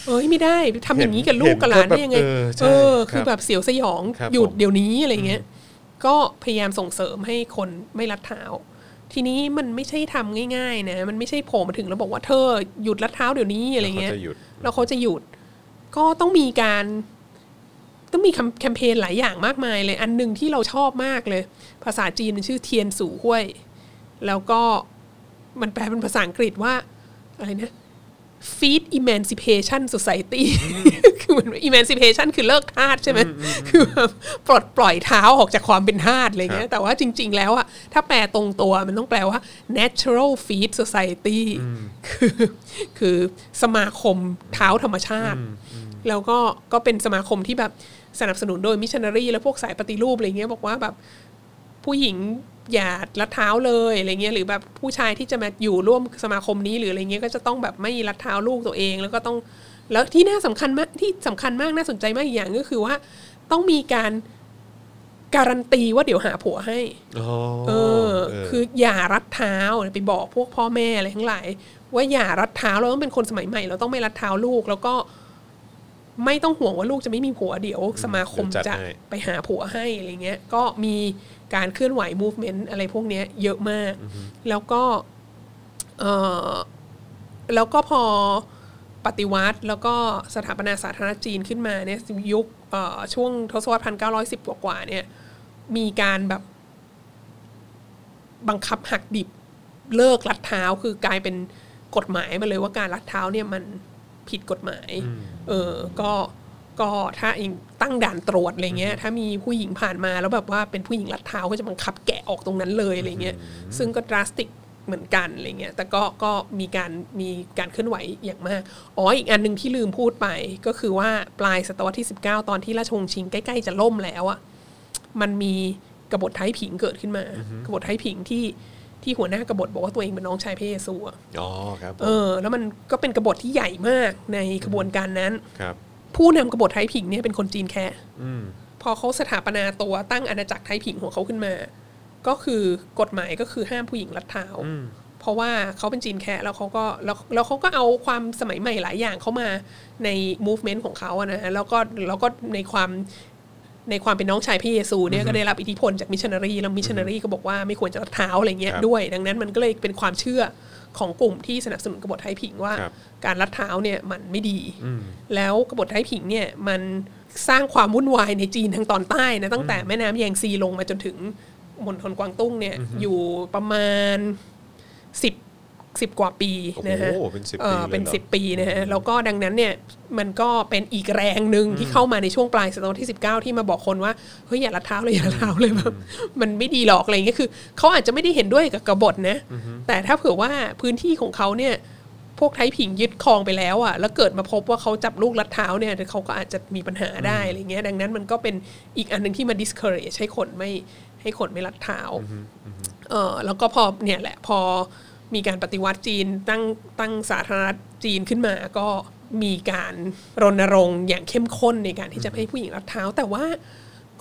เอ้ยไม่ได้ทำอย่างนี้กับลูกกับหลานได้ยังไง เห็นก็แบบเออใช่ เออคคืรั อบแบบเสียวสยอง ครับ หยุด ผม เดี๋ยวนี้อะไรเงี้ย ก็พยายามส่งเสริมให้คนไม่รัดเท้า ทีนี้มันไม่ใช่ทำง่ายๆนะมันไม่ใช่โผล่มาถึงแล้วบอกว่าเธอหยุดรัดเท้าเดี๋ยวนี้อะไรเงี้ย เขาจะหยุด แล้วเขาจะหยุด ก็ต้องมีการ ต้องมีแคมแคมเปญหลายอย่างมากมายเลย อันหนึ่งที่เราชอบมากเลย ภาษาจีนมันชื่อเทียนสู่ห้วย แล้วก็มันแปลเป็นภาษาอังกฤษว่า อะไรนะ feed emancipation society คือมัน emancipation คือเลิกทาสใช่ไหมคือแบบปลดปล่อยเท้าออกจากความเป็นทาสอะไรคเงี้รั ย บ แต่ว่าจริง ๆ แล้วอะถ้าแปลตรงตัวมันต้องแปลว่า natural feed society คือคือสมาคมเท้าธรรมชาติ แล้วก็ก็เป็นสมาคมที่แบบสนับสนุนโดยมิชชันนารีและพวกสายปฏิรูปอะไรเงี้ยบอกว่าแบบ ผู้หญิงอย่ารัดเท้าเลยอะไรเงี้ยหรือแบบผู้ชายที่จะมาอยู่ร่วมสมาคมนี้หรืออะไรเงี้ยก็จะต้องแบบไม่รัดเท้าลูกตัวเอง แล้วก็ต้องแล้วที่น่าสำคัญมากที่สำคัญมากน่าสนใจมากอีกอย่างก็คือว่า ต้องมีการ การันตีว่าเดี๋ยวหาผัวให้ อ๋อ เออ เ คืออย่ารัดเท้าไปบอกพวกพ่อแม่อะไรทั้งหลายว่าอย่ารัดเท้าเราต้องเป็นคนสมัยใหม่ เราต้องไม่รัดเท้าลูก แล้วก็ไม่ต้องห่วงว่าลูกจะไม่มีผัวเดี๋ยวสมาคม เดี๋ยวจั จะ ดให้ ไปหาผัวให้อะไรเงี้ย ก็มีการเคลื่อนไหว movement อะไรพวกเนี้ยเยอะมาก แล้วก็เออแล้วก็พอปฏิวัติแล้วก็สถาปนาสาธารณรัฐจีนขึ้นมาเนี่ยยุคเอ่อช่วงทศวรรษพันเก้าร้อยสิบกว่าๆเนี่ยมีการแบบ บังคับหักดิบเลิกลัดเท้าคือกลายเป็นกฎหมายมาเลยว่าการลัดเท้าเนี่ยมันผิดกฎหมาย เออก็ก็ถ้าเองตั้งด่านตรวจอะไรเงี้ยถ้ามีผู้หญิงผ่านมาแล้วแบบว่าเป็นผู้หญิงลัดเท้าก็จะบังคับแกะออกตรงนั้นเลยอะไรเงี้ยซึ่งก็ดราสติกเหมือนกันอะไรเงี้ยแต่ก็ก็มีการมีการเคลื่อนไหวอย่างมากอ๋ออีกอันหนึ่งที่ลืมพูดไปก็คือว่าปลายศตวรรษที่ 19 ตอนที่ราชวงศ์ชิงใกล้ๆจะล่มแล้วอะ มันมีกบฏไทยผิงเกิดขึ้นมากบฏไทยผิงที่ที่หัวหน้ากบฏบอกว่าตัวเองเป็นน้องชายพระเยซูอะ อ๋อครับผม เออ แล้วมันก็เป็นกบฏที่ใหญ่มากในขบวนการนั้น ครับ ผู้นำกบฏไทยผิงเนี่ยเป็นคนจีนแค่ อืม พอเขาสถาปนาตัวตั้งอาณาจักรไทยผิงของเขาขึ้นมา ก็คือกฎหมายก็คือห้ามผู้หญิงรัดเท้า อืม เพราะว่าเขาเป็นจีนแคะแล้วเขาก็แล้วแล้วเขาก็เอาความสมัยใหม่หลายอย่างเข้ามาใน movement ของเขาอะนะฮะแล้วก็แล้วก็ในความในความเป็นน้องชายพระเยซูเนี่ยก็ได้รับอิทธิพลจากมิชชันนารีแล้วมิชชันนารีก็บอกว่าไม่ควรจะรัดเท้าอะไรเงี้ย ครับ ด้วย ดังนั้นมันก็เลยเป็นความเชื่อของกลุ่มที่สนับสนุนกบฏไทยผิงว่า ครับ การรัดเท้าเนี่ยมันไม่ดี แล้วกบฏไทยผิงเนี่ยมันสร้างความวุ่นวายในจีนทางตอนใต้นะตั้งแต่แม่น้ำแยงซีลงมาจนถึงมณฑลกวางตุ้งเนี่ยอยู่ประมาณ สิบสิบกว่าปีนะฮะ โอ้โหเป็น10ปีเลอ่อยเหรอ เป็นสิบปีนะฮะแล้วก็ดังนั้นเนี่ยมันก็เป็นอีกแรงหนึ่งที่เข้ามาในช่วงปลายศตวรรษที่ 19 ที่มาบอกคนว่าเฮ้ยอย่าละเท้าเลยอย่าละเท้าเลยแบบมันไม่ดีหรอกอะไรอย่างเงี้ยคือเขาอาจจะไม่ได้เห็นด้วยกับกบฏนะ แต่ถ้าเผื่อว่าพื้นที่ของเขาเนี่ยพวกไทยผิงยึดครองไปแล้วอ่ะแล้วเกิดมาพบว่าเขาจับลูกลัดเท้าเนี่ยเขาก็อาจจะมีปัญหาได้อะไรเงี้ยดังนั้นมันก็เป็นอีกอันหนึ่งที่มา discourage ให้คนไม่ให้คนไม่ลัดเท้า เออแล้วก็พอเนี่ยแหละพอมีการปฏิวัติจีนตั้งตั้งสาธารณรัฐจีนขึ้นมา ก็มีการรณรงค์อย่างเข้มข้นในการที่จะให้ผู้หญิงรัดเท้า แต่ว่า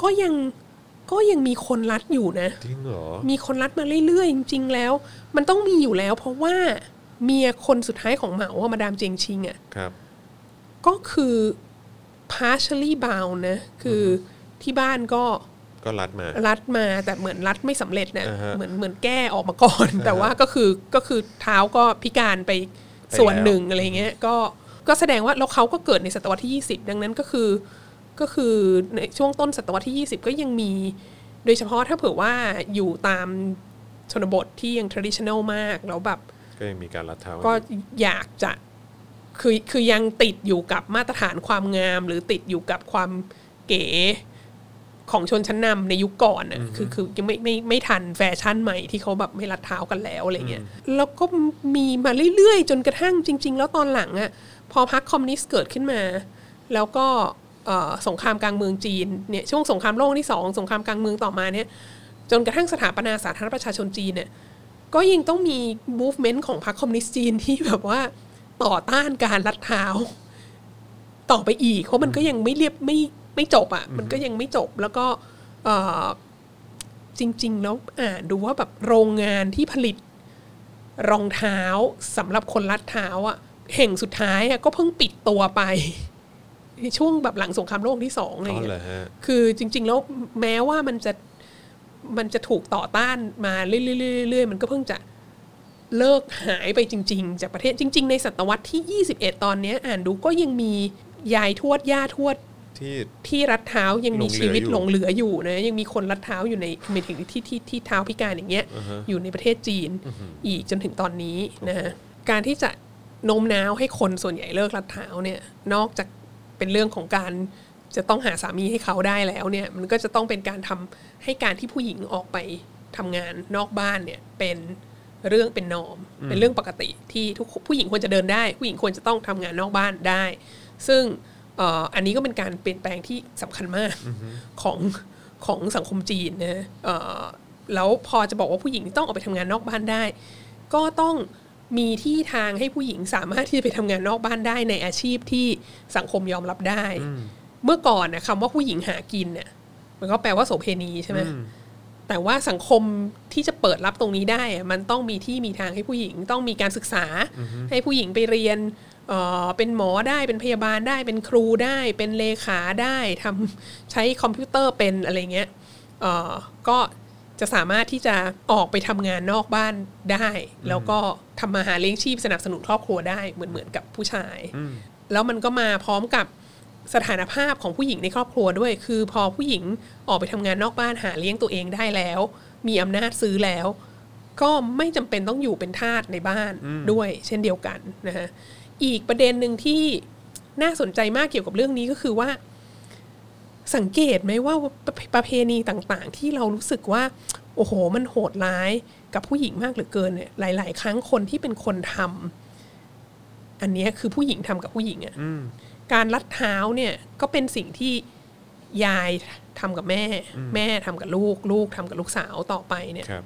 ก็ยังก็ยังมีคนรัดอยู่นะ จริงเหรอ มีคนรัดมาเรื่อยๆ จริง ๆ แล้ว มันต้องมีอยู่แล้ว เพราะว่าเมียคนสุดท้ายของเหมาอะมาดามเจียงชิงอ่ะ ครับ ก็คือ partially bound นะคือที่บ้านก็ ก็รัดมา รัดมาแต่เหมือนรัดไม่สำเร็จเนี่ย อ่าฮะ เหมือนเหมือนแก้ออกมาก่อน แต่ว่าก็คือก็คือเท้าก็พิการไป ไป ส่วน แล้ว หนึ่งอะไรเงี้ยก็ก็แสดงว่าแล้วเขาก็เกิดในศตวรรษที่ 20 ดังนั้นก็คือก็คือในช่วงต้นศตวรรษที่ 20 ก็ยังมี โดยเฉพาะถ้าเผื่อว่าอยู่ตามชนบทที่ยัง traditional มากแล้วแบบ ก็ยังมีการรัดเท้า ก็อยากจะคือคือยังติดอยู่กับมาตรฐานความงาม หรือติดอยู่กับความเก๋ของชนชั้นนำในยุคก่อนน่ะคือคือยังไม่ไม่ไม่ทันแฟชั่นใหม่ที่เขาแบบไม่รัดเท้ากันแล้วอะไรเงี้ยแล้วก็มีมาเรื่อยๆ จนกระทั่งจริง ๆ แล้วตอนหลังอะ่ะพอพรรคคอมมิวนิสต์เกิดขึ้นมา แล้วก็เอ่อสงครามกลางเมืองจีนเนี่ยช่วงสงครามโลกที่สองสงครามกลางเมืองต่อมาเนี่ย จนกระทั่งสถาปนาสาธารณรัฐประชาชนจีนเนี่ย ก็ยังต้องมี movement ของพรรคคอมมิวนิสต์จีนที่แบบว่าต่อต้านการลัดเท้า ต่อไปอีก เพราะมันก็ยังไม่เรียบไม่ไม่จบอะ่ะ มันก็ยังไม่จบแล้วก็เอ่อจริง ๆ แล้วอ่านดูว่าแบบโรงงานที่ผลิตรองเท้าสำหรับคนลัดเท้าอะ่ะแห่งสุดท้ายอะ่ะก็เพิ่งปิดตัวไป ในช่วงแบบหลังสงครามโลกที่สองอะไรอ อ๋ ย่าง อ เงี้ย เหรอฮะ คือจริง ๆ แล้วแม้ว่ามันจะมันจะถูกต่อต้านมาเรื่อยๆๆๆมันก็เพิ่งจะเลิกหายไปจริง ๆ จากประเทศจริง ๆ ในศตวรรษที่ 21 ตอนเนี้ยอ่านดูก็ยังมียายทวดย่าทวด ที่ ที่รัดเท้ายังมี หลงเหลือ ชีวิต อยู่ หลงเหลืออยู่นะยังมีคนรัดเท้าอยู่ในหมายถึงที่ที่ที่เท้าพิการอย่างเงี้ย อ่าฮะ อยู่ในประเทศจีนอีกจนถึงตอนนี้นะฮะการที่จะโน้มน้าวให้คนส่วนใหญ่เลิกรัดเท้าเนี่ยนอกจากเป็นเรื่องของการจะต้องหาสามีให้เขาได้แล้วเนี่ยมันก็จะต้องเป็นการทำให้การที่ผู้หญิงออกไปทำงานนอกบ้านเนี่ยเป็นเรื่องเป็นนอม เป็นเรื่องปกติที่ทุกผู้หญิงควรจะเดินได้ ผู้หญิงควรจะต้องทำงานนอกบ้านได้ ซึ่งเอ่ออันนี้ก็เป็นการเปลี่ยนแปลงที่สำคัญมากของของสังคมจีนนะเอ่อแล้วพอจะบอกว่าผู้หญิงต้องออกไปทำงานนอกบ้านได้ ก็ต้องมีที่ทางให้ผู้หญิงสามารถที่จะไปทำงานนอกบ้านได้ในอาชีพที่สังคมยอมรับได้ เมื่อก่อนนะคำว่าผู้หญิงหากินเนี่ย มันก็แปลว่าโสเพณีใช่ไหมแต่ว่าสังคมที่จะเปิดรับตรงนี้ได้อะมันต้องมีที่มีทางให้ผู้หญิง ต้องมีการศึกษา ให้ผู้หญิงไปเรียนเอ่อเป็นหมอได้เป็นพยาบาลได้ เป็นครูได้ เป็นเลขาได้ทำใช้คอมพิวเตอร์เป็นอะไรเงี้ยเอ่อก็จะสามารถที่จะออกไปทำงานนอกบ้านได้ แล้วก็ทำมาหาเลี้ยงชีพสนับสนุนครอบครัวได้เหมือนเหมือนกับผู้ชาย แล้วมันก็มาพร้อมกับสถานภาพของผู้หญิงในครอบครัวด้วย คือพอผู้หญิงออกไปทำงานนอกบ้านหาเลี้ยงตัวเองได้แล้ว มีอำนาจซื้อแล้ว ก็ไม่จำเป็นต้องอยู่เป็นทาสในบ้านด้วย เช่นเดียวกันนะฮะอีกประเด็นหนึ่งที่น่าสนใจมากเกี่ยวกับเรื่องนี้ก็คือว่า สังเกตไหมว่าประประเพณีต่างๆ ที่เรารู้สึกว่า โอ้โห มันโหดร้ายกับผู้หญิงมากเหลือเกินเนี่ยหลาย ๆ ครั้งคนที่เป็นคนทำอันเนี้ยคือผู้หญิงทำกับผู้หญิงอะ การลัดเท้าเนี่ยก็เป็นสิ่งที่ยายทำกับแม่ แม่ทำกับลูก ลูกทำกับลูกสาวต่อไปเนี่ย ครับ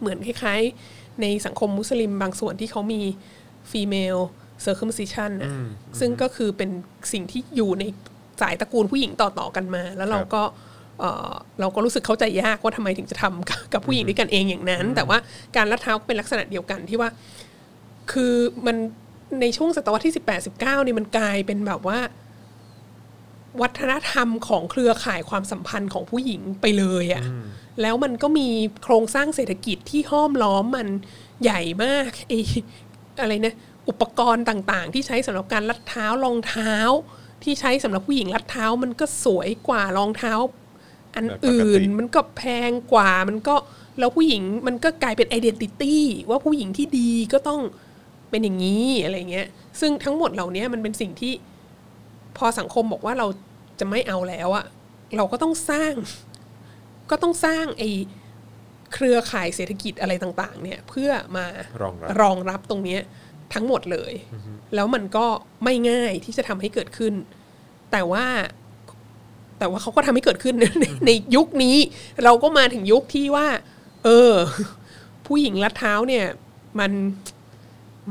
เหมือนคล้ายๆ ในสังคมมุสลิมบางส่วนที่เขามี female circumcision นะซึ่งก็คือเป็นสิ่งที่อยู่ในสายตระกูลผู้หญิงต่อๆกันมา แล้วเราก็เอ่อเราก็รู้สึกเข้าใจยากว่าทำไมถึงจะทำกับกับผู้หญิงด้วยกันเองอย่างนั้น แต่ว่าการลัดเท้าเป็นลักษณะเดียวกันที่ว่า คือมันในช่วงศตวรรษที่ 18 19นี่มันกลายเป็นแบบว่า วัฒนธรรมของเครือข่ายความสัมพันธ์ของผู้หญิงไปเลยอะ่ะ แล้วมันก็มีโครงสร้างเศรษฐกิจที่ห้อมล้อมมันใหญ่มากไอ้อะไรนะอุปกรณ์ต่างๆ ที่ใช้สำหรับการลัดเท้ารองเท้า ที่ใช้สำหรับผู้หญิงลัดเท้ามันก็สวยกว่ารองเท้า อันอื่น แบบปกติ มันก็แพงกว่ามันก็แล้วผู้หญิงมันก็กลายเป็นไอดีนิตี้ว่าผู้หญิงที่ดีก็ต้องเป็นอย่างนี้อะไรเงี้ย ซึ่งทั้งหมดเหล่านี้มันเป็นสิ่งที่ พอสังคมบอกว่าเราจะไม่เอาแล้วอะเราก็ต้องสร้าง ก็ต้องสร้างไอเครือข่ายเศรษฐกิจอะไรต่างๆ เนี่ย เพื่อมาร องรับ รองรับตรงเนี้ยทั้งหมดเลย แล้วมันก็ไม่ง่ายที่จะทำให้เกิดขึ้น แต่ว่า แต่ว่าเขาก็ทำให้เกิดขึ้น ในในยุคนี้ เราก็มาถึงยุคที่ว่า เออ ผู้หญิงลัดเท้าเนี่ย มัน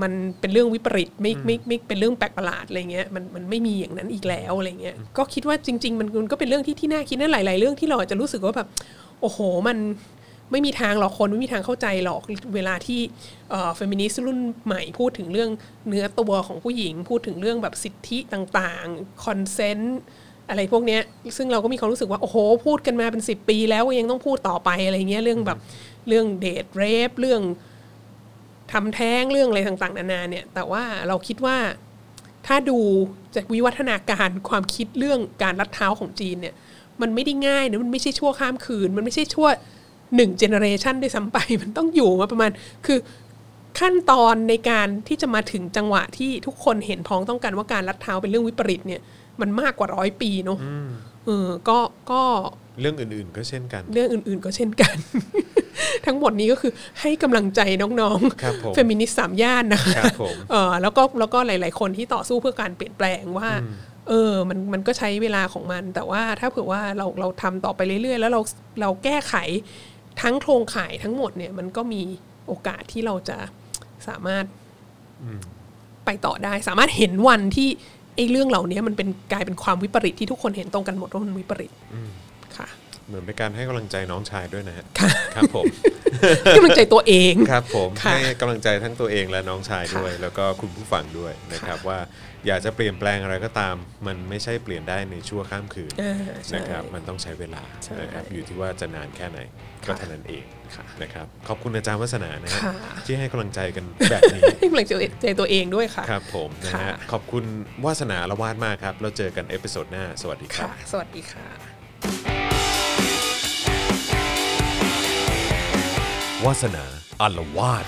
มันเป็นเรื่องวิปริตไม่ไม่ไม่เป็นเรื่องแปลกประหลาดอะไรเงี้ยมันมันไม่มีอย่างนั้นอีกแล้วอะไรเงี้ยก็คิดว่าจริง ๆ มันมันก็เป็นเรื่องที่ที่น่าคิดนะหลาย ๆ เรื่องที่เราอาจจะรู้สึกว่าแบบ โอ้โหมันไม่มีทางหรอกคนไม่มีทางเข้าใจหรอกเวลาที่เฟมินิสต์รุ่นใหม่พูดถึงเรื่องเนื้อตัวของผู้หญิง พูดถึงเรื่องแบบสิทธิต่างๆคอนเซนต์อะไรพวกเนี้ยซึ่งเราก็มีความรู้สึกว่าโอ้โห พูดกันมาเป็น 10 ปี แล้วก็ยังต้องพูดต่อไปอะไรเงี้ยเรื่องแบบเรื่องเดทเรฟเรื่อง ทำแท้งเรื่องอะไรต่างๆ นานาเนี่ย แต่ว่าเราคิดว่าถ้าดูจากวิวัฒนาการความคิดเรื่องการรัดเท้าของจีนเนี่ย มันไม่ได้ง่ายนะมันไม่ใช่ชั่วข้ามคืน มันไม่ใช่ชั่วหนึ่งเจเนอเรชันด้วยซ้ำไป มันต้องอยู่มาประมาณคือขั้นตอนในการที่จะมาถึงจังหวะที่ทุกคนเห็นพ้องต้องการว่าการรัดเท้าเป็นเรื่องวิปริตเนี่ย มันมากกว่าร้อยปีเนาะเออก็ก็ เรื่องอื่นๆก็เช่นกัน เรื่องอื่นๆก็เช่นกัน ทั้งหมดนี้ก็คือให้กำลังใจน้อง ครับผม เฟมินิสต์สามย่านนะคะ ครับผม เออแล้วก็แล้วก็หลาย ๆ คนที่ต่อสู้เพื่อการเปลี่ยนแปลงว่า เออมันมันก็ใช้เวลาของมัน แต่ว่าถ้าเผื่อว่าเราเราทำต่อไปเรื่อย ๆ แล้วเราเราแก้ไขทั้งโครงข่ายทั้งหมดเนี่ยมันก็มีโอกาสที่เราจะสามารถไปต่อได้ สามารถเห็นวันที่ไอ้เรื่องเหล่านี้มันเป็นกลายเป็นความวิปริตที่ทุกคนเห็นตรงกันหมดว่ามันวิปริตค่ะ เหมือนเป็นการให้กำลังใจน้องชายด้วยนะฮะ ค่ะ ครับผม ให้กำลังใจตัวเอง ครับผม ค่ะ ให้กำลังใจทั้งตัวเองและน้องชาย ค่ะ ด้วย แล้วก็คุณผู้ฟังด้วยนะครับ ค่ะ ว่าอยากจะเปลี่ยนแปลงอะไรก็ตาม มันไม่ใช่เปลี่ยนได้ในชั่วข้ามคืน เออใช่ นะครับมันต้องใช้เวลา ใช่ นะครับอยู่ที่ว่าจะนานแค่ไหน ค่ะ ก็เท่านั้นเอง ค่ะ นะครับขอบคุณอาจารย์วัฒนานะฮะ ค่ะ ที่ให้กำลังใจกันแบบนี้ ให้กำลังใจตัวเองด้วยค่ะ ครับผมนะฮะ ค่ะ ขอบคุณวาสนาละวาดมากครับ เราเจอกันเอพิโซดหน้า สวัสดีครับ ค่ะ สวัสดีค่ะ วาสนาอารวาส